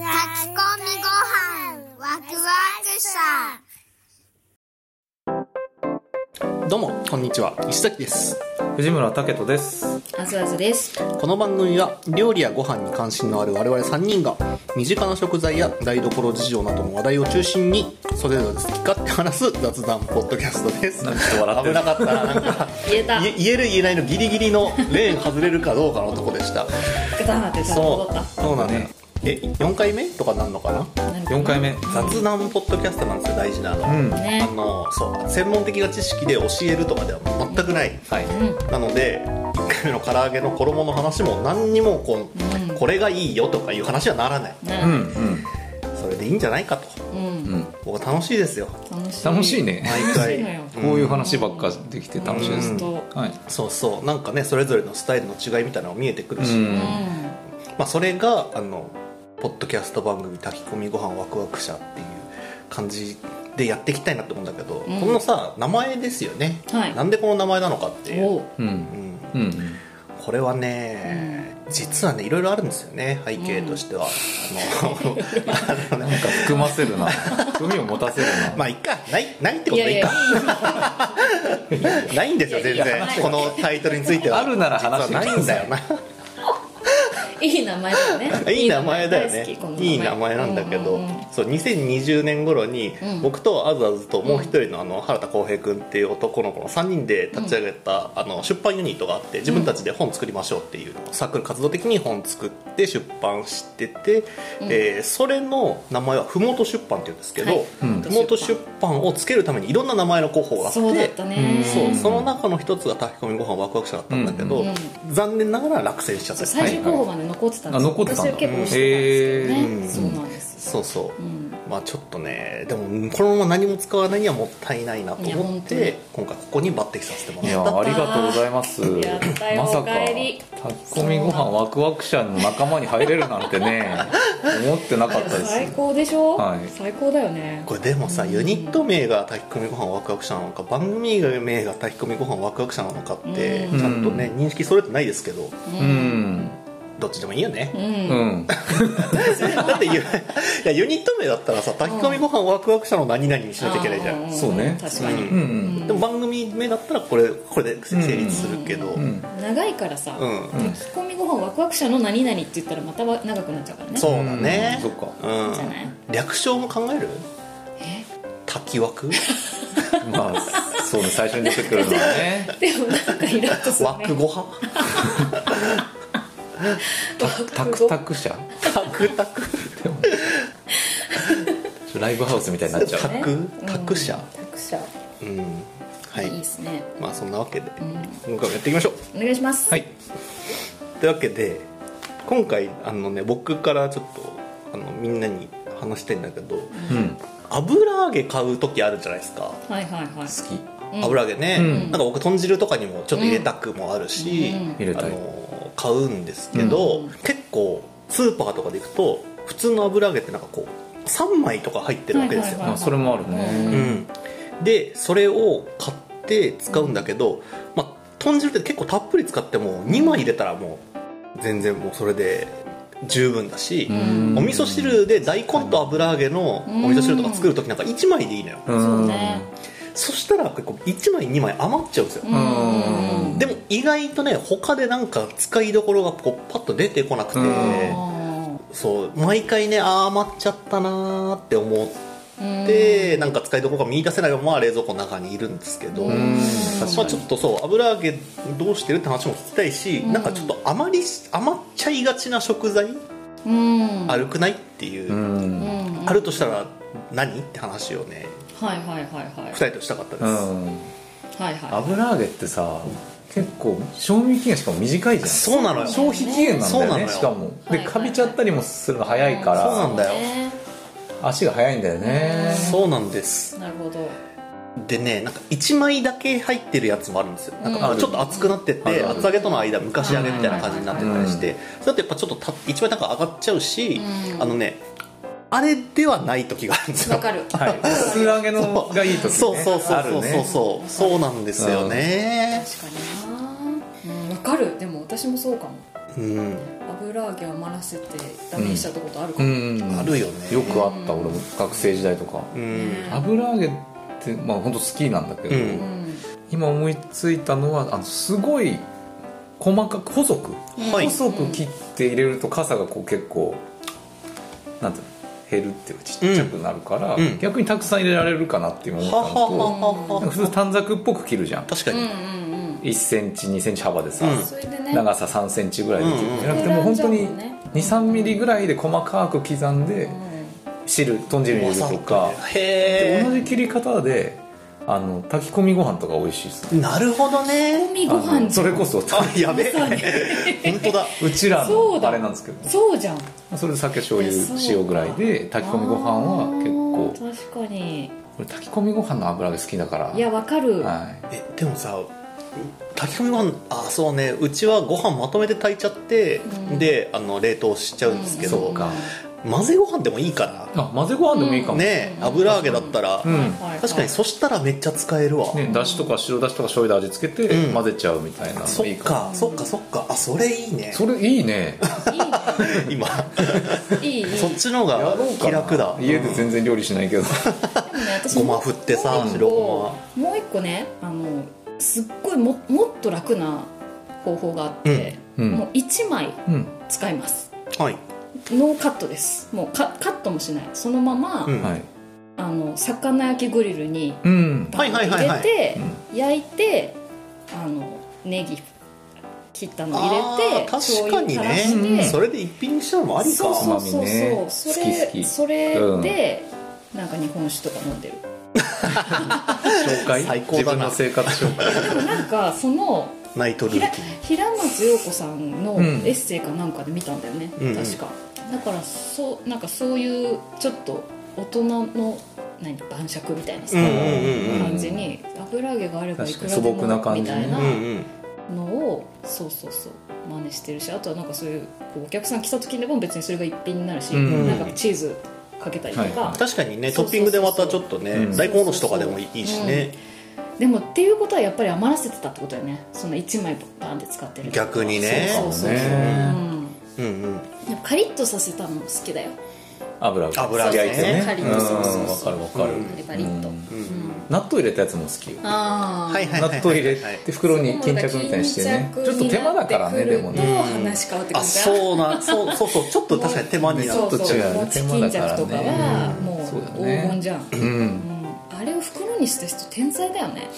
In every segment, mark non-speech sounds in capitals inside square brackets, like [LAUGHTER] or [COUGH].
みごはんワクワクさどうもこんにちは石崎です藤村武人です。あずあずです。この番組は料理やご飯に関心のある我々3人が身近な食材や台所事情などの話題を中心にそれぞれ好き勝手話す雑談ポッドキャストですなんかちょっと笑って危るなかったななんか言えた。言え言える言えないのギリギリのレーン外れるかどうかのとこでしたガタンなってた戻そった。うそうなんだよえ4回目とかなんのかな四回目。雑談ポッドキャストなんですよ大事なの、うん。目。あはね。のそう専門的な知識で教えるとかでは全くない、い。なので1回目の唐揚げの衣の話も何にもこう、うんこれがいいよとかいう話はならないうんね。それでいいんじゃないかとうん。うんうん。僕楽しいですよ楽しい。楽しいね。ね。毎楽し回いのよこういううん話ばっかできて楽しいです。と。はい。そうそうなんかねそれぞれのスタイルの違いみたいなのも見えてくるし、うんうまあ、それがあのポッドキャスト番組「炊き込みご飯ワクワク社」っていう感じでやっていきたいなって思うんだけど、うんこのさ名前ですよね、はいなんでこの名前なのかっていん。う、おう。うんう。んうん。これはね、実はねいろいろあるんですよね背景としては、あのあのなんか含ませるな。海を持たせるな。まあいっかないないってこいとやでいいいやか。ないんですよ全いやい然やないこのタイトルについてはあるなら話して実はないんだよ [LAUGHS] いいいい名前だよなね。 [LAUGHS] いい名前だよね大好きこのいい名前なんだけど、うんうんうんそう2020年頃に、うん僕とあずあずともう一人のあの原田浩平君っていう男の子の3人で立ち上げた、あの出版ユニットがあって自分たちで本作りましょうっていうサークル活動的に本作って出版してて、えーそれの名前はふもと出版っていうんですけど、はいうんふもと出版をつけるためにいろんな名前の候補があってそうだったね。そううんその中の一つが炊き込みご飯ワクワク社だったんだけど、うん残念ながら落選しちゃっそたう最終はい候補まで残ってたんですあ残ってたんだ私は結構押してたんうんですけどね。そうなんです。そうそうう、ん。まあちょっとねでもこのまま何も使わないにはもったいないなといや思っ本当にて今回ここに抜擢させてもいらやっあたりがとうございます。やったよまさかおかえり炊き込みご飯ワクワク社の仲間に入れるなんてね、思ってなかったで最す。高でしょはい最高だよね。これでもさユニット名が炊き込みご飯ワクワク社なのか番組名が炊き込みご飯ワクワク社なのかってうんちゃんとね認識それてないですけどうう。ん。どっちでもいいよねう。うんん。 [LAUGHS] だってユいやユニット名だったらさ炊き込みご飯ワクワク社の何々にしなきゃいけないじゃんあーそうね確かに。うんううんん。でも番組名だったらこれこれで成立するけど、ううん。長いからさ、うん炊き込みご飯ワクワク社の何々って言ったらまたわ長くなっちゃうからねそううだね、うんそっかうんじゃない略称も考えるえ滝 [LAUGHS] 枠まあそうね最初に出てくるのはねでもなんかイラッとするね枠 [LAUGHS] ごはタクタク社タクタクライブハウスみたいになっちゃうタねクタク社タク社うん、はいいいですねまあそんなわけで、今回もやっていきましょうお願いしますはいというわけで今回あのね僕からちょっとあのみんなに話したいんだけどうん油揚げ買う時あるじゃないですかはいはいはい好きうん油揚げね、うんなんか僕豚汁とかにもちょっと入れたくもあるし、うんうん入れあたいの買うんですけど、うん結構スーパーとかで行くと普通の油揚げってなんかこう3枚とか入ってるわけですよ、はいはいあそれもあるはねうん、でそれを買って使うんだけど、まあ、豚汁って結構たっぷり使っても2枚入れたらもう全然もうそれで十分だし、んお味噌汁で大根と油揚げのお味噌汁とか作る時なんか1枚でいいのよ、うんそうねそしたら結構1枚2枚余っちゃうんですよ、うんうんでも意外とね他でなんか使いどころがこうパッと出てこなくて、あそう毎回ねあー余っちゃったなーって思っーて、なんか使いどころが見出せないまま冷蔵庫の中にいるんですけど、うんうんまあ、確ちかょにっとそう油揚げどうしてるって話も聞きたいし、うんなんかちょっと余り余っちゃいがちな食材うん悪くないっていう、うんううんんうんあるとしたら何って話をねはいはいはいはい2人としたかったです、はいは油揚げってさ結構賞味期限しかも短いじゃんそうなのよ消費期限なんだそうなよのねよしかもはでいはいかびちゃったりもするの早いかいそうならんだよね足が早いんだよねそうなんですなるほどでねなんか1枚だけ入ってるやつもあるんですよなんうんかあるちょっと厚くなってあてるある厚揚げとの間昔揚げみたいな感じになってたりして、それだとやっぱちょっとた一枚高上がっちゃうし、うんあのねあれではない時があるんですよわかるはい薄揚げのがいい時ねそうそうそうあるそうねそうそう、そうなんですよね、確かになうんわかるでも私もそうかもうん油揚げ余らせてダメにしちゃったことあるかうも、んあるよねよくあった俺も学生時代とかうん油揚げってまあ本当好きなんだけど、うんうん今思いついたのはあのすごい細かく細く、はい細く切って入れると傘がこう結構なんていうの減るっていうかちっちゃくなるから、うんうん逆にたくさん入れられるかなって今思っははたのとははなんかは普通短冊っぽく切るじゃん確かうんうにんうん1センチ2センチ幅でさ、うんそれでね長さ3センチぐらいで切るうんじゃなくてもう本当に選んじゃうもんね23ミリぐらいで細かく刻んで汁豚汁に入れるとか、で同へじ切り方であの炊き込みご飯とか美味しいですえなるほどコンねビごあ飯のじゃそんれこそあやべえ本当だうちらそうのだあれなんですけどそうじゃんそれで酒醤油いやそうか塩ぐらいで炊き込みご飯は結構あー確かに俺炊き込みご飯の油が好きだからいやわかる、はいえでもさ炊き込みご飯あそうねうちはご飯まとめて炊いちゃって、うんであの冷凍しちゃうんですけど、そうか混ぜご飯でもいいかあ混ぜご飯でもいいかなも、ねえうん油揚げだったら、うん確かにそしたらめっちゃ使えるわ、ねだしとか白だしとか醤油で味付けうてん混ぜちゃうみたいなのそがいっいかかそっかそっかあそれいいねもそれいいね今いいねいいいいそっちの方やがろう気かな楽だ家で全然料理しないけどでもね私ごもま振ってさもう一個白ごもう一個ねあのすっごいももっと楽な方法があって、うんうんもう1枚うん使いますはいノーカットですもうカカットもしないそのまま、うんはいあの魚焼きグリルにうんはいはいはいはい入れて、焼いてあのネギ切ったの入れあてー確かに醤油垂らしてね、それで一品にしたのもありかそうそうそうそう、ねそ好き好れきそれで、なんか日本酒とか飲んでる紹介最高だな自分の生活紹介でもなんかそのナイトルー平ティン平松洋子さんのうんエッセイかなんかで見たんだよね、うんうん確かだからそうなんかそういうちょっと大人の何晩酌みたいなさ、うんうんうんうん感じに油揚げがあればいくらで確かに素朴なも感みじたねいなうんうんのをそうそうそう真似してるしあとはなんかそういうこうお客さん来た時でも別にそれが一品になるし、うんなんかチーズかけたりとか、はい確かにねトそッうそうそうそうピングでまたちょっとね、うん大根おろしとかでもいいしね、でもっていうことはやっぱり余らせてたってことだよねその1枚バンって使ってるってことは逆にねそうそうそう、ねうんうんうんでもカリッとさせたの好きだよ油揚げ油揚げね焼いてねカリうッんとわそうそうそかうるわかるうんバリバリっと、うんうんうん納豆入れたやつも好きよああはいはい納はい豆入はれいはいて袋に巾着みたいにしてねちょっと手間だからねでもどうね話変わってくあるかそうなそうそうそうちょっと確かに手間になそるうそうちょっと違うね餅巾着とかはうんもそうだうね黄金じゃん、ううんんあれを袋にした人天才だよね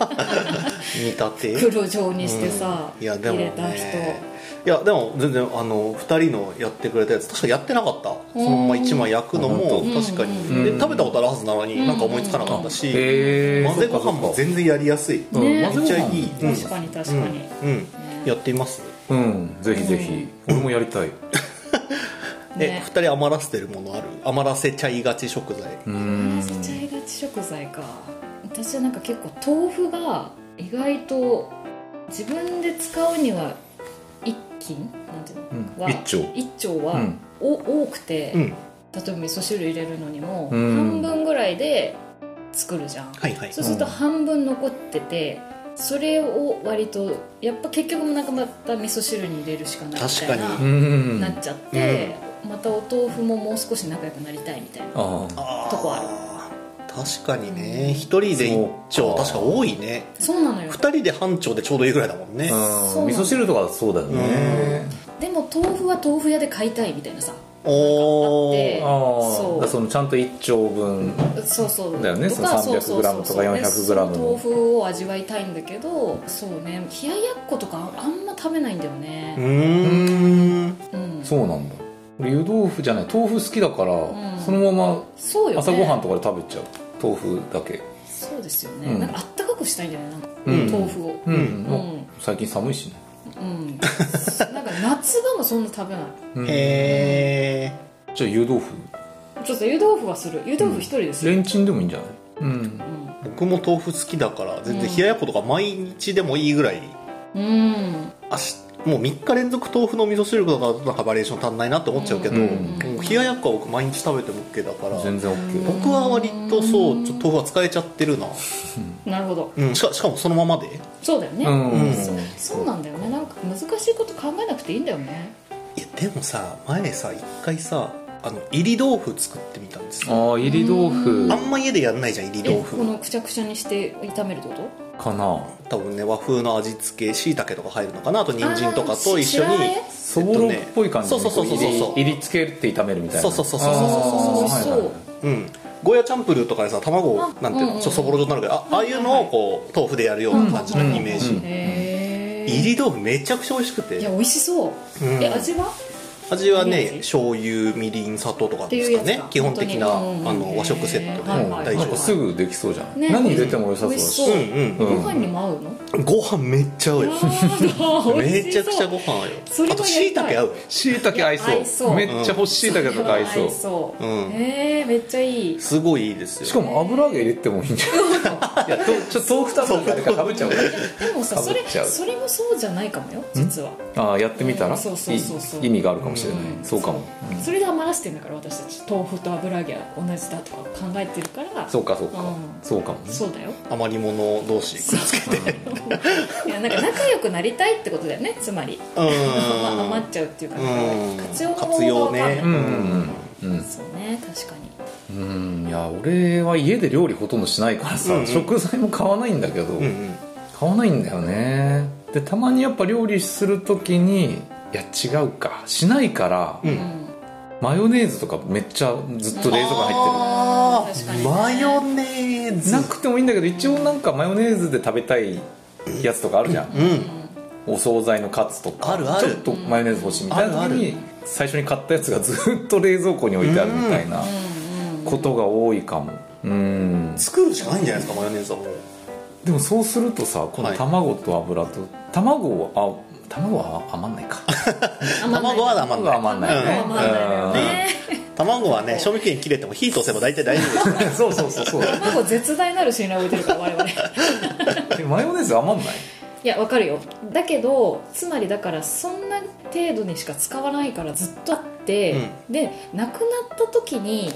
煮立て袋状にしてさ、いやでも入れねた人いやでも全然あの2人のやってくれたやつ確かやってなかったそのまま1枚焼くのもうん確かに、うんで食べたことあるはずなのに、なんか思いつかなかったし、へー混ぜご飯も全然やりやすい、うんめねっちゃいい、うん、確かに確かに、うん、うんやってみますうんぜひぜひ俺もやりたいえね2人余らせてるものある余らせちゃいがち食材うん捨てちゃいがち食材か私はなんか結構豆腐が意外と自分で使うには一斤なんていうの、うんは一丁一丁は、うんお多くて、う例えんば味噌汁入れるのにも、うん半分ぐらいで作るじゃん、はいはいそうするとうん半分残ってて、それを割とやっぱ結局なんかまた味噌汁に入れるしかないみたい確かなにうんなっちゃって、またお豆腐ももう少し仲良くなりたいみたいなあああーとこある確かにうんね一人で一そ丁うか確か多いねそうなのよ二人で半丁でちょうどいいぐらいだもんねそううんなの味噌汁とかそうだよねでも豆腐は豆腐屋で買いたいみたいなさおうんおああそうだからそのちゃんと一丁分そうそうだよねとかその 300g とか 400g でその豆腐を味わいたいんだけどそうね冷ややっことかあんま食べないんだようねーんうんそうそうなんだ俺湯豆腐じゃない豆腐好きだからんそのまよ、まね、朝ごはんとかで食べちゃう豆腐だけそうですよね、うんなんかあったかくしたいんだよねなんか、うん豆腐をうんうん最近寒いしねうん、なんか夏場もそんな食べないうんへえじゃあ湯豆腐ちょっと湯豆腐はする湯豆腐一人でする、レンチンでもいいんじゃないうんうん僕も豆腐好きだから全然冷ややっことか毎日でもいいぐらいうんあしもう3日連続豆腐の味噌汁とかだとなんかバリエーション足んないなって思っちゃうけど、うんもう冷ややっこは僕毎日食べても OK だから全然 OK 僕は割とそうちょっと豆腐は使えちゃってるな、なるほどうん、しかしかもそのままでそうだよね、うんうんそうなんだよねなんか難ししいこと考えなくていいんだよねいやでもさ前さ一回さあの入り豆腐作ってみたんですよああ入り豆腐あんま家でやんないじゃん入りえ豆こ腐のくちゃくちゃにして炒めるってことかな多分ね和風の味付けしいたけとか入るのかなあと人参とかと一緒にあーし白あえそぼろっぽい感じそにうそうそうそうそうこ入り入りつけて炒めるみたいなそうそうそうそうそうそあうーそうはいはいはいうん、ゴーヤチャンプルーとかでさ卵をあなんていうの、うんうちょんっとそぼろ状になるけどあああいうのをこう豆腐でやるような感じのイメージ、うんへえ入り豆腐めちゃくちゃ美味しくていや美味しそう、うんえ味は味はイメーねジ醤油みりん砂糖とかですかっていうねやつか基本的な、本当にうんあの和食セットで、はいうんはい大丈なん夫かですすぐできそうじゃん、ね何入れても良さそうだ美味ししそううんうんご飯にも合うのうんご飯めっちゃ合うよめちゃくちゃごご飯合うよそれはあとしいたけ合うしいたけ合いいそや合ういそうめっちゃ干しいたけとか合いそうそううんへえめっちゃいいすごいいいですよしかも油揚げ入れてもいいんじゃないいやとちょっと豆腐と油揚げかぶっちゃうでもさそれかぶっちゃうそれもそうじゃないかもよ実はああやってみたらうんそうそうそうそうい意味があるかもしれない、うんそうかも、うんそれで余らせてんだから私たち豆腐と油揚げは同じだとか考えてるからそうかそうか、うんそうかもねそうだよ余り物同士くっつけていやなんか仲良くなりたいってことだよねつまりうんまあ余っちゃうっていうかうん活用の方法活用がわかんねないうんうんうんそうね確かにうん、うん、いや俺は家で料理ほとんどしないからさ、うんうん食材も買わないんだけど、うんうん買わないんだよねでたまにやっぱ料理する時にいや違うかしないから、うんうんマヨネーズとかめっちゃずっと冷蔵庫に入っあ確かーにマヨネーてるズなくてもいいんだけど一応なんかマヨネーズで食べたいやつとかあるじゃん、うんお惣菜のカツとかあるあるちょっとマヨネーズ欲しいみたいな時あるに最初に買ったやつがずっと冷蔵庫に置いてあるみたいなうんうんことが多いかもうん作るしかないんじゃないですかマヨネーズはもうでもそうするとさこのはい卵と油と卵はあ卵は余んないか卵は [LAUGHS] 余んな卵はい余んないね卵は余んないよね卵はね賞味期限切れても火通せば大体大丈夫ですうんそうそうそう [LAUGHS] そう卵絶大なる信頼を置いてるから我々いでマヨネーズ余んないやわかるよだけどつまりだからそんな程度にしか使わないからずっとあって、でなくなった時に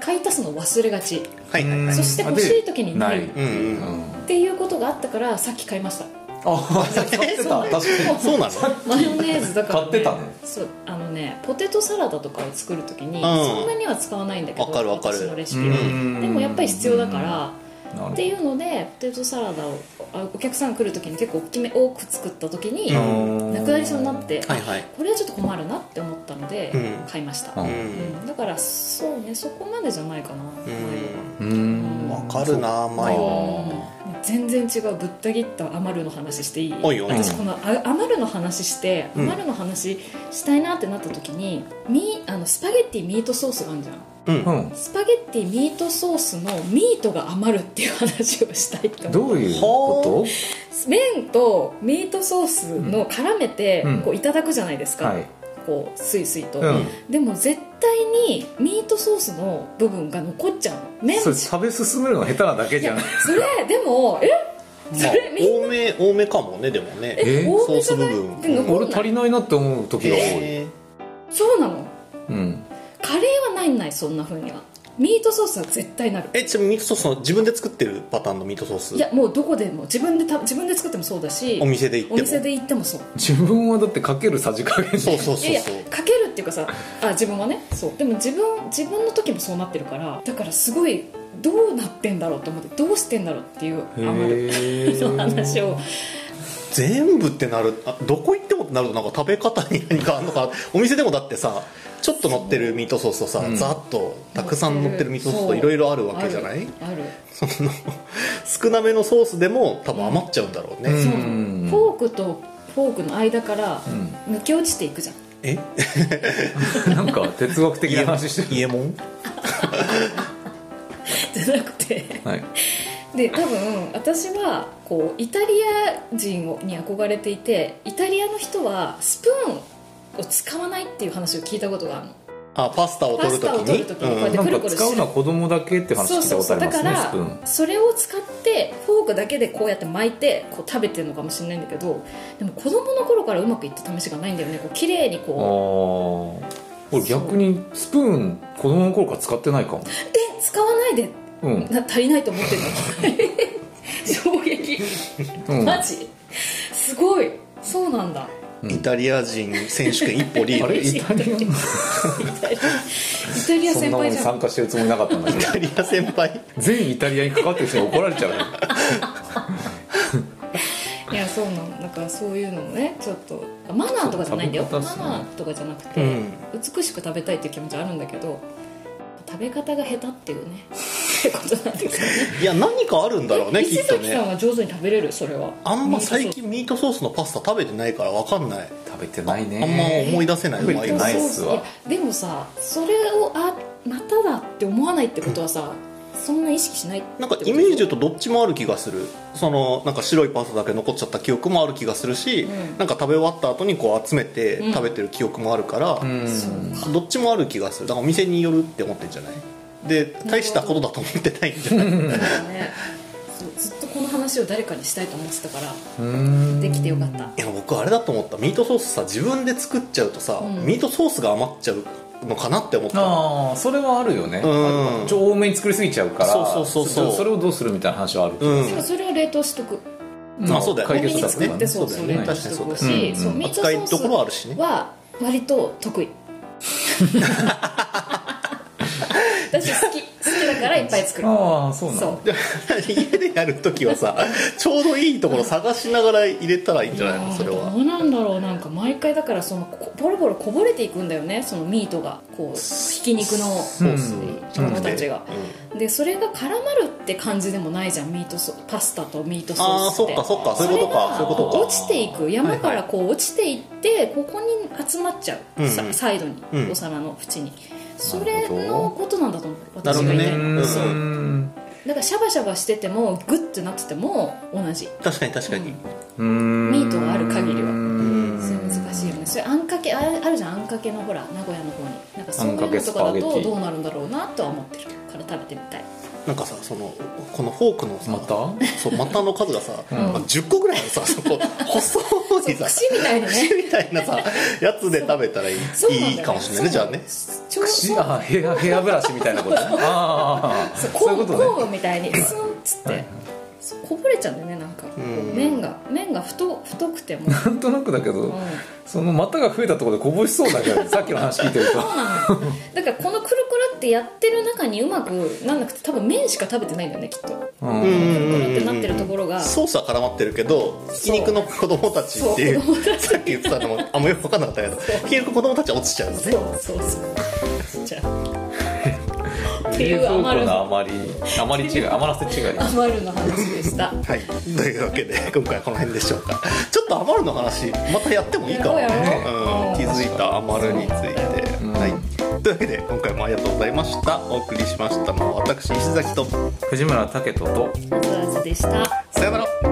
買い足すの忘れがち、はいはいはいそして欲しい時にないないっうんうんていうことがあっていうことがあったからさっき買いましたあ買 [LAUGHS] ってた確かそうなのマヨネーズだから、 [LAUGHS] 買ってたねそうあのねポテトサラダとかを作る時に、んそんなには使わないんだけどわかるわかる私のレシピには、うんでもやっぱり必要だから、なるほっどていうのでポテトサラダをあお客さん来る時に結構大きめ多く作った時に、うんなくなりそうになって、はいはいこれはちょっと困るなって思ったので、うん買いました、ううんんうんだからそうねそこまでじゃないかな、うんうんわかるなマ前ヨは全然違うぶった切った余るの話していいおいおい私このあ余るの話してうん余るの話したいなってなった時に、ミーあのスパゲッティミートソースがあるじゃんうんうはんスパゲッティミートソースのミートが余るっていう話をしたいと思どうういうこ麺とミートソースの絡めてうんこういただくじゃないですとか、はいこうスイスイと、うんでも絶対にミートソースの部分が残っちゃうの麺それ食べ進めるの下手なだけいじゃやないそれでもえそれみんな多め多めかもねでもねえ多ソーめスじゃ部ない分で残俺んな足いりないなって思う時が多い、へーそうなのうん、カレーはないんないそんな風にはミートソースは絶対なるえちなみにミートソースの自分で作ってるパターンのミートソースいやもうどこでも自分でた自分で作ってもそうだしお店で行っておも店で行ってもそう自分はだってかけるさじ加減そうそういやそういやそうかけるっていうかさあ自分はねそうでも自分自分の時もそうなってるからだからすごいどうなってんだろうと思ってどうしてんだろうっていうへ余るーの話を全部ってなるあどこ行ってもってなるとなんか食べ方に何かあるのかお店でもだってさちょっと乗ってるミートソースとさ、うんざっとたくさん乗ってるミートソースといろいろあるわけじゃないあるあるその少なめのソースでも多分余っちゃうんだろうね、うんそうフォークとフォークの間から抜け落ちていくじゃん [LAUGHS] え [LAUGHS] なんか哲学的な話して家門じゃなくてる、はい、で多分私はこうイタリア人をに憧れていてイタリアの人はスプーンを使わないっていう話を聞いたことがあるのあパスタを取るときパスタを取にる時にこうやってなんか使うのは子供だけって話そう聞いたそうことそあうりだますかねらスプーンそれを使ってフォークだけでこうやって巻いてこう食べてるのかもしれないんだけどでも子供の頃からうまくいった試しがないんだよねこう綺麗にあこあ俺逆にスプーン子供の頃から使ってないかもうえ使わないでうん、な足りないと思ってる [LAUGHS] の衝撃うん、マジすごいそうなんだイタリア人選手権一歩リー [LAUGHS] あドれイイタリアイタリアイタリアそんな先も輩んじゃん参加してるつもりなかったんだけど [LAUGHS] タリア先輩全イタリアにかかってる人に怒られちゃうよいやそうなのだからそういうのもねちょっとマナーとかじゃないんだよ、そうマ食べ方っすねナーとかじゃなくて、うん美しく食べたいっていう気持ちはあるんだけど食べ方が下手っ [LAUGHS] ていうねってことなんですよねいや何かあるんだろうねき石っと崎さんねは上手に食べれるそれはあんま最近ミートソースのパスタ食べてないから分かんない食べてないねあんま思い出せない食べうまいて具合ないっすわいやでもさそれをあまただって思わないってことはさそんな意識しないってなんこかとでイしょメージ言うとどっちもある気がするそのなんか白いパスタだけ残っちゃった記憶もある気がするし、うんなんか食べ終わった後にこう集めてうん食べてる記憶もあるから、うんそうどっちもある気がするだからお店によるって思ってんじゃないで大したことだと思ってないんじゃないそうだねそうずっとこの話を誰かにしたいと思ってたからうんできてよかったいや僕あれだと思ったミートソースさ自分で作っちゃうとさ、うんミートソースが余っちゃうのかなって思ったああそれはあるよねうんちょ多めに作りすぎちゃうからそうそうそうそうちょそれをどうするみたいな話はあるけどうんでもそれは冷凍しとくまあそうだよねコン解ビ決策ニ作だってねそうそうだそようね冷凍しとく確かしにそううんミートソ扱いーところはあスるしねは割と得意私好き好きだからいっぱい作るああそうなんだそうで家でやるときはさ [LAUGHS] ちょうどいいところ探しながら入れたらいいんじゃないのそれどはうなんだろうなんか毎回だからそのこボロボロこぼれていくんだよねそのミートがこうひき肉のソース子供たちがうんでそれが絡まるって感じでもないじゃんミートソパスタとミートソあーあスそっってかそっかそういうことかそういうことか落ちていく山からこう落ちていって、ここに集まっちゃう、うんさうんサイドに、うんお皿の縁にそほどれのことなんだと思うなる私ほがどいねない、うんそううんだからシャバシャバしててもグッてなってても同じ確かに確かに、うんミートがある限りはうんそれ難しいよねそれあんかけああるじゃんあんかけのほら名古屋の方になんかそういうあんかけのとかだスパゲテとィどうなるんだろうなとは思ってるから食べてみ [LAUGHS] たいなんかさそのこのフォークのさまたそう股の数がさ、うんまあ10個ぐらいのさそこ細いさそう串みたいなね串みたいなさやつで食べたらいい,、そうなんだよねいいかもしれないねじゃあねちょう串 [LAUGHS] そうあヘアヘアブラシみたいな [LAUGHS] ことねああコそういうーンことねコーンみたいにスンっつっはいはていそうこぼれちゃうんだよねなんかこううん麺が麺が太太くても、うん、なんとなくだけど、その股が増えたところでこぼしそうだけ [LAUGHS] どさっきの話聞いてるとだからこのくるくるってやってる中にうまくなんなくて多分麺しか食べてないんだよねきっとううんんくるくるってなってるところがソースは絡まってるけどひき肉の子供たちっていうそう子さっき言ってたのもあんまよく分かんなかったけどひき肉の子供たちは落ちちゃうのねそう [LAUGHS] そうじゃあってい冷う蔵庫余るの余り余り違い余らせ違い余るの話でしたはいというわけで今回はこの辺でしょうかちょっと余るの話またやってもいいかもねやろうやろううん気づいた余るについて、んはいというわけで今回もありがとうございましたお送りしましたのは私石崎と藤村武人とあずあずでしたさよなら